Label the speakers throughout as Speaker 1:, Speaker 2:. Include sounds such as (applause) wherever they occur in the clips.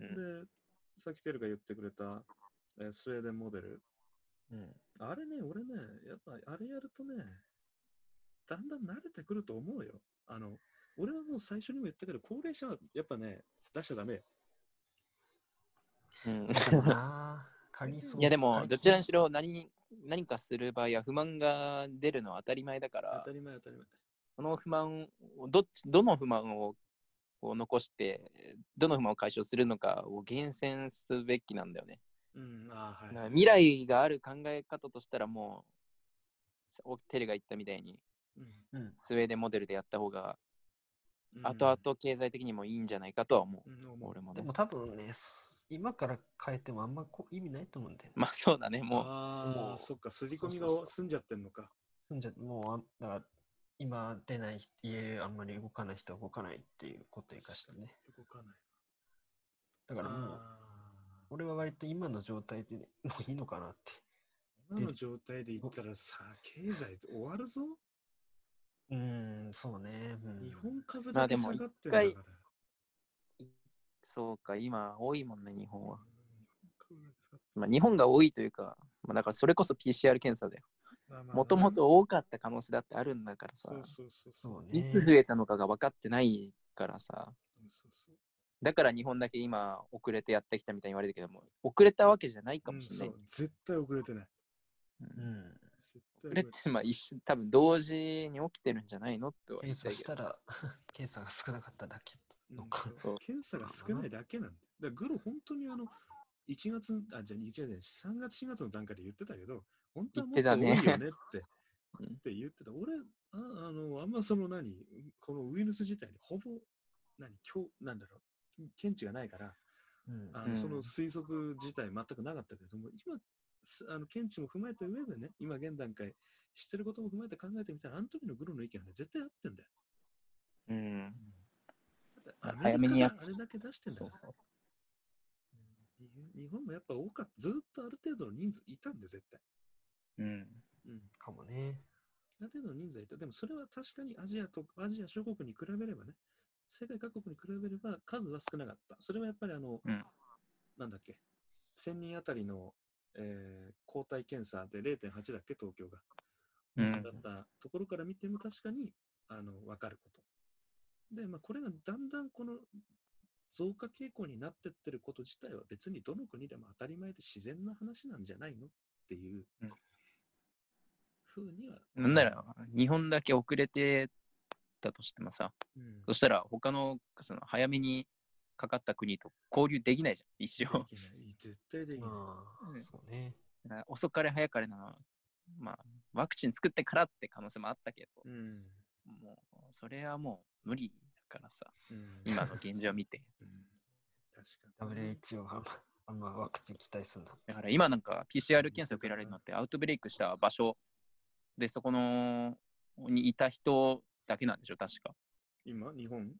Speaker 1: うん。
Speaker 2: で、さっきテルが言ってくれた、えースウェーデンモデル。
Speaker 1: うん。
Speaker 2: あれね、俺ね、やっぱあれやるとね、だんだん慣れてくると思うよ。あの、俺はもう最初にも言ったけど、高齢者はやっぱね、出しちゃダメよ。
Speaker 1: うん
Speaker 3: そうなぁ。仮そう。
Speaker 1: いやでも、
Speaker 3: 仮
Speaker 1: どちらにしろ何に何かする場合は不満が出るのは当たり前だか
Speaker 2: 当
Speaker 1: ら
Speaker 2: た、り前当たり前。
Speaker 1: その不満をどっち、どの不満をこう残して、どの不満を解消するのかを厳選すべきなんだよね。
Speaker 2: うん、あー
Speaker 1: だか
Speaker 2: は
Speaker 1: ら
Speaker 2: い。
Speaker 1: 未来がある考え方としたらもう、テレが言ったみたいに、
Speaker 2: うん
Speaker 3: うん。
Speaker 1: スウェーデンモデルでやった方が、
Speaker 2: うん
Speaker 1: 後々経済的にもいいんじゃないかとは思う。
Speaker 2: うん思う
Speaker 1: 俺も
Speaker 3: で
Speaker 1: ね。
Speaker 3: も多分ね、す今から変えてもあんまこ意味ないと思うんだよね。
Speaker 1: まあそうだね、も
Speaker 2: あ
Speaker 3: も
Speaker 2: あ、
Speaker 3: う
Speaker 2: そっか、刷り込み
Speaker 3: そうそうそ
Speaker 2: が
Speaker 3: う
Speaker 2: 済んじゃってんのか。
Speaker 3: 住んじゃもうあん、だから今出ない人家、あんまり動かない人は動かないっていうことを生かしてね。
Speaker 2: 動かない。
Speaker 3: だからもう、
Speaker 2: あー
Speaker 3: 俺は割と今の状態で、ね、もういいのかなって。
Speaker 2: 今の状態で言ったらさ、経済終わるぞ。
Speaker 3: うーん、そうね。うん、
Speaker 2: 日本株だけ
Speaker 1: ま
Speaker 2: 下
Speaker 1: あでも
Speaker 2: がってんだから。
Speaker 1: 一う、そうか、今多いもんね、日本は。
Speaker 2: うん日本株だけ下がっ
Speaker 1: まあ日本が多いというか、まあだからそれこそ PCR 検査だよ。
Speaker 2: まあまあ
Speaker 1: もともと多かった可能性だってあるんだからさ
Speaker 2: そ、うそうそうそう。
Speaker 3: そう
Speaker 1: い
Speaker 3: ね。
Speaker 1: つ増えたのかが分かってないからさ、
Speaker 2: そうそう
Speaker 1: だから日本だけ今遅れてやってきたみたいに言われるけども、遅れたわけじゃないかもしれない。
Speaker 2: うんそう絶対遅れてない。
Speaker 1: うん
Speaker 3: うん。
Speaker 2: 絶
Speaker 1: 遅
Speaker 2: 対遅
Speaker 1: れ
Speaker 2: れ
Speaker 1: ってて、まあ一瞬、多分同時に起きてるんじゃないのとは言っ
Speaker 3: 検
Speaker 1: た
Speaker 3: 査
Speaker 1: い
Speaker 3: し
Speaker 1: けど。
Speaker 3: たら、 (laughs) 検査が少なかっただけ
Speaker 2: な
Speaker 3: の
Speaker 2: い
Speaker 3: か。
Speaker 2: そう検査が少ないだけなんだ。だからグロ、本当にあの、1月、あ、じゃあ1月じゃない、3月、4月の段階で言ってたけど、本当はもっと多いよ
Speaker 1: 言ってた
Speaker 2: ねって、
Speaker 1: (laughs) うん
Speaker 2: って言ってた。俺、ああの、あんまその何、このウイルス自体にほぼ、何、今日、なんだろう、見知がないから、
Speaker 3: うん。
Speaker 2: あ
Speaker 1: う
Speaker 2: の
Speaker 1: ん
Speaker 2: その推測自体全くなかったけれども、今、すあの見地も踏まえた上でね、今現段階、知ってることも踏まえて考えてみたら、あの時のグロの意見はね、絶対合ってんだよ。
Speaker 1: うん。
Speaker 2: だってアメリカ
Speaker 1: 早めにやっ
Speaker 2: があれだけ出してんだ
Speaker 1: そ
Speaker 2: よ
Speaker 1: う。そう。
Speaker 2: 日本日本もやっぱ多かった。ずっとある程度の人数いたんで、絶対。
Speaker 1: うん。
Speaker 2: うん。
Speaker 3: かもね。
Speaker 2: ある程度の人数はいた。でもそれは確かにアジアと、アジア諸国に比べればね、世界各国に比べれば数は少なかった。それはやっぱりあの、
Speaker 1: うん
Speaker 2: なんだっけ、1000人あたりの、えー抗体検査で0.8だっけ、東京が。
Speaker 1: う
Speaker 2: だっ
Speaker 1: ん。
Speaker 2: たところから見ても確かにあの分かること。で、まあ、これがだんだんこの増加傾向になってってること自体は別にどの国でも当たり前で自然な話なんじゃないのっていう
Speaker 1: うん
Speaker 2: ふうには、
Speaker 1: なんなら、日本だけ遅れてたとしてもさ、
Speaker 2: うん
Speaker 1: そしたら他のその早めにかかった国と交流できないじゃん、一生。
Speaker 2: できない絶対できない。
Speaker 3: ま
Speaker 1: う
Speaker 3: あ、
Speaker 1: ん
Speaker 3: そうね。
Speaker 1: だから遅かれ早かれな、まあ、ワクチン作ってからって可能性もあったけど、
Speaker 2: うん
Speaker 1: もう、それはもう無理だからさ、
Speaker 2: (laughs) うん
Speaker 1: 今の現状を見て。
Speaker 2: うん確かに。
Speaker 3: WHO はあんまあんまワクチン期待するんだって
Speaker 1: だから今なんか PCR 検査受けられるのってアウトブレイクした場所で、そこのにいた人だけなんでしょ、確か。
Speaker 2: 今、日本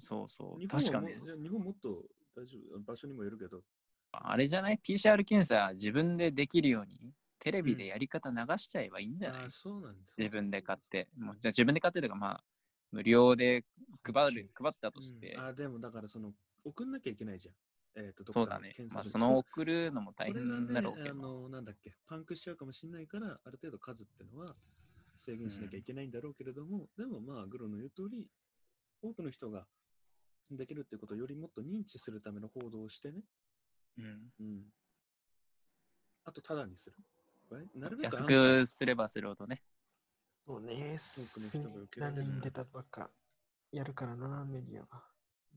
Speaker 1: そうそう、
Speaker 2: 日
Speaker 1: 確
Speaker 2: 本
Speaker 1: か
Speaker 2: はも
Speaker 1: ね。
Speaker 2: いや日本もっと大丈夫、場所にもよるけど、
Speaker 1: あれじゃない ?PCR 検査自分でできるように、テレビでやり方流しちゃえばいいんじゃない、
Speaker 2: あーそうなんです
Speaker 1: 自分で買って。もうじゃあ自分で買ってというか、まあ、無料で配る配ったとして。
Speaker 2: うんあでもだからその送んなきゃいけないじゃん。えっとどっか
Speaker 1: そうだ
Speaker 2: の
Speaker 1: ね
Speaker 2: 検。査
Speaker 1: まあ、
Speaker 2: 所
Speaker 1: そ
Speaker 2: に
Speaker 1: の送るのも大
Speaker 2: これが
Speaker 1: 変だろう
Speaker 2: ね、
Speaker 1: け
Speaker 2: あ
Speaker 1: ど。
Speaker 2: のなんだっけパンクしちゃうかもしれないからある程度数ってのは制限しなきゃいけないんだろうけれども、でもまあグロの言う通り多くの人ができるってことをよりもっと認知するための報道をしてね、
Speaker 1: うん
Speaker 2: うん、あとタダにする。わいなるべく
Speaker 1: 安
Speaker 2: 安
Speaker 1: くすればするほどね。
Speaker 3: そうね。
Speaker 2: 人が受けられ
Speaker 3: 何
Speaker 2: る
Speaker 3: 人出たばっかやるからな、メディアが。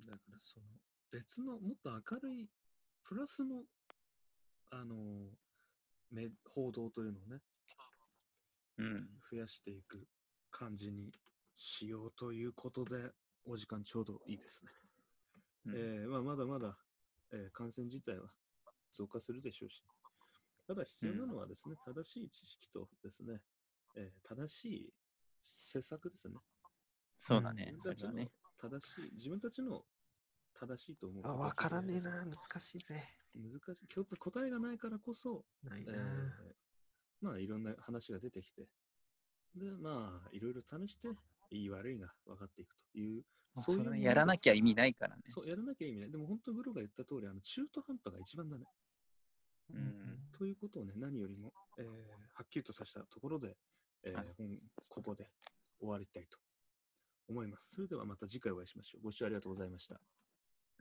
Speaker 2: だからその別のもっと明るいプラスのあのめ報道というのをね
Speaker 1: うん。
Speaker 2: 増やしていく感じにしようということでお時間ちょうどいいですね。
Speaker 1: うん
Speaker 2: えーまあ、まだまだ、えー感染自体は増加するでしょうし、ただ必要なのはですね、正しい知識とですね、えー正しい施策ですね。
Speaker 1: そうだね。
Speaker 2: 自
Speaker 1: そ
Speaker 2: 分
Speaker 1: れ
Speaker 2: たち
Speaker 1: は
Speaker 2: の
Speaker 1: ね。
Speaker 2: 正しい、自分たちの正しいと思う。
Speaker 3: あ、わからねえ。な、難しいぜ。
Speaker 2: 難しい。今日答えがないからこそ、
Speaker 3: ない
Speaker 2: え
Speaker 3: な。
Speaker 2: ーまあいろんな話が出てきて、で、まあいろいろ試して、いい悪いが分かっていくという、
Speaker 1: まあ
Speaker 2: そういう
Speaker 1: それ
Speaker 2: もの
Speaker 1: やらなきゃ意味ないからね。
Speaker 2: そう、やらなきゃ意味ない。でも本当、グロが言った通り、あの中途半端が一番だね。
Speaker 1: うん
Speaker 2: ということをね、何よりも、えーはっきりとさせたところで、えー
Speaker 1: はい
Speaker 2: 本ここで終わりたいと思います。それではまた次回お会いしましょう。ご視聴ありがとうございました。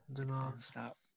Speaker 3: 出
Speaker 1: ありがとうござい
Speaker 3: ま
Speaker 1: まし
Speaker 3: す
Speaker 1: た。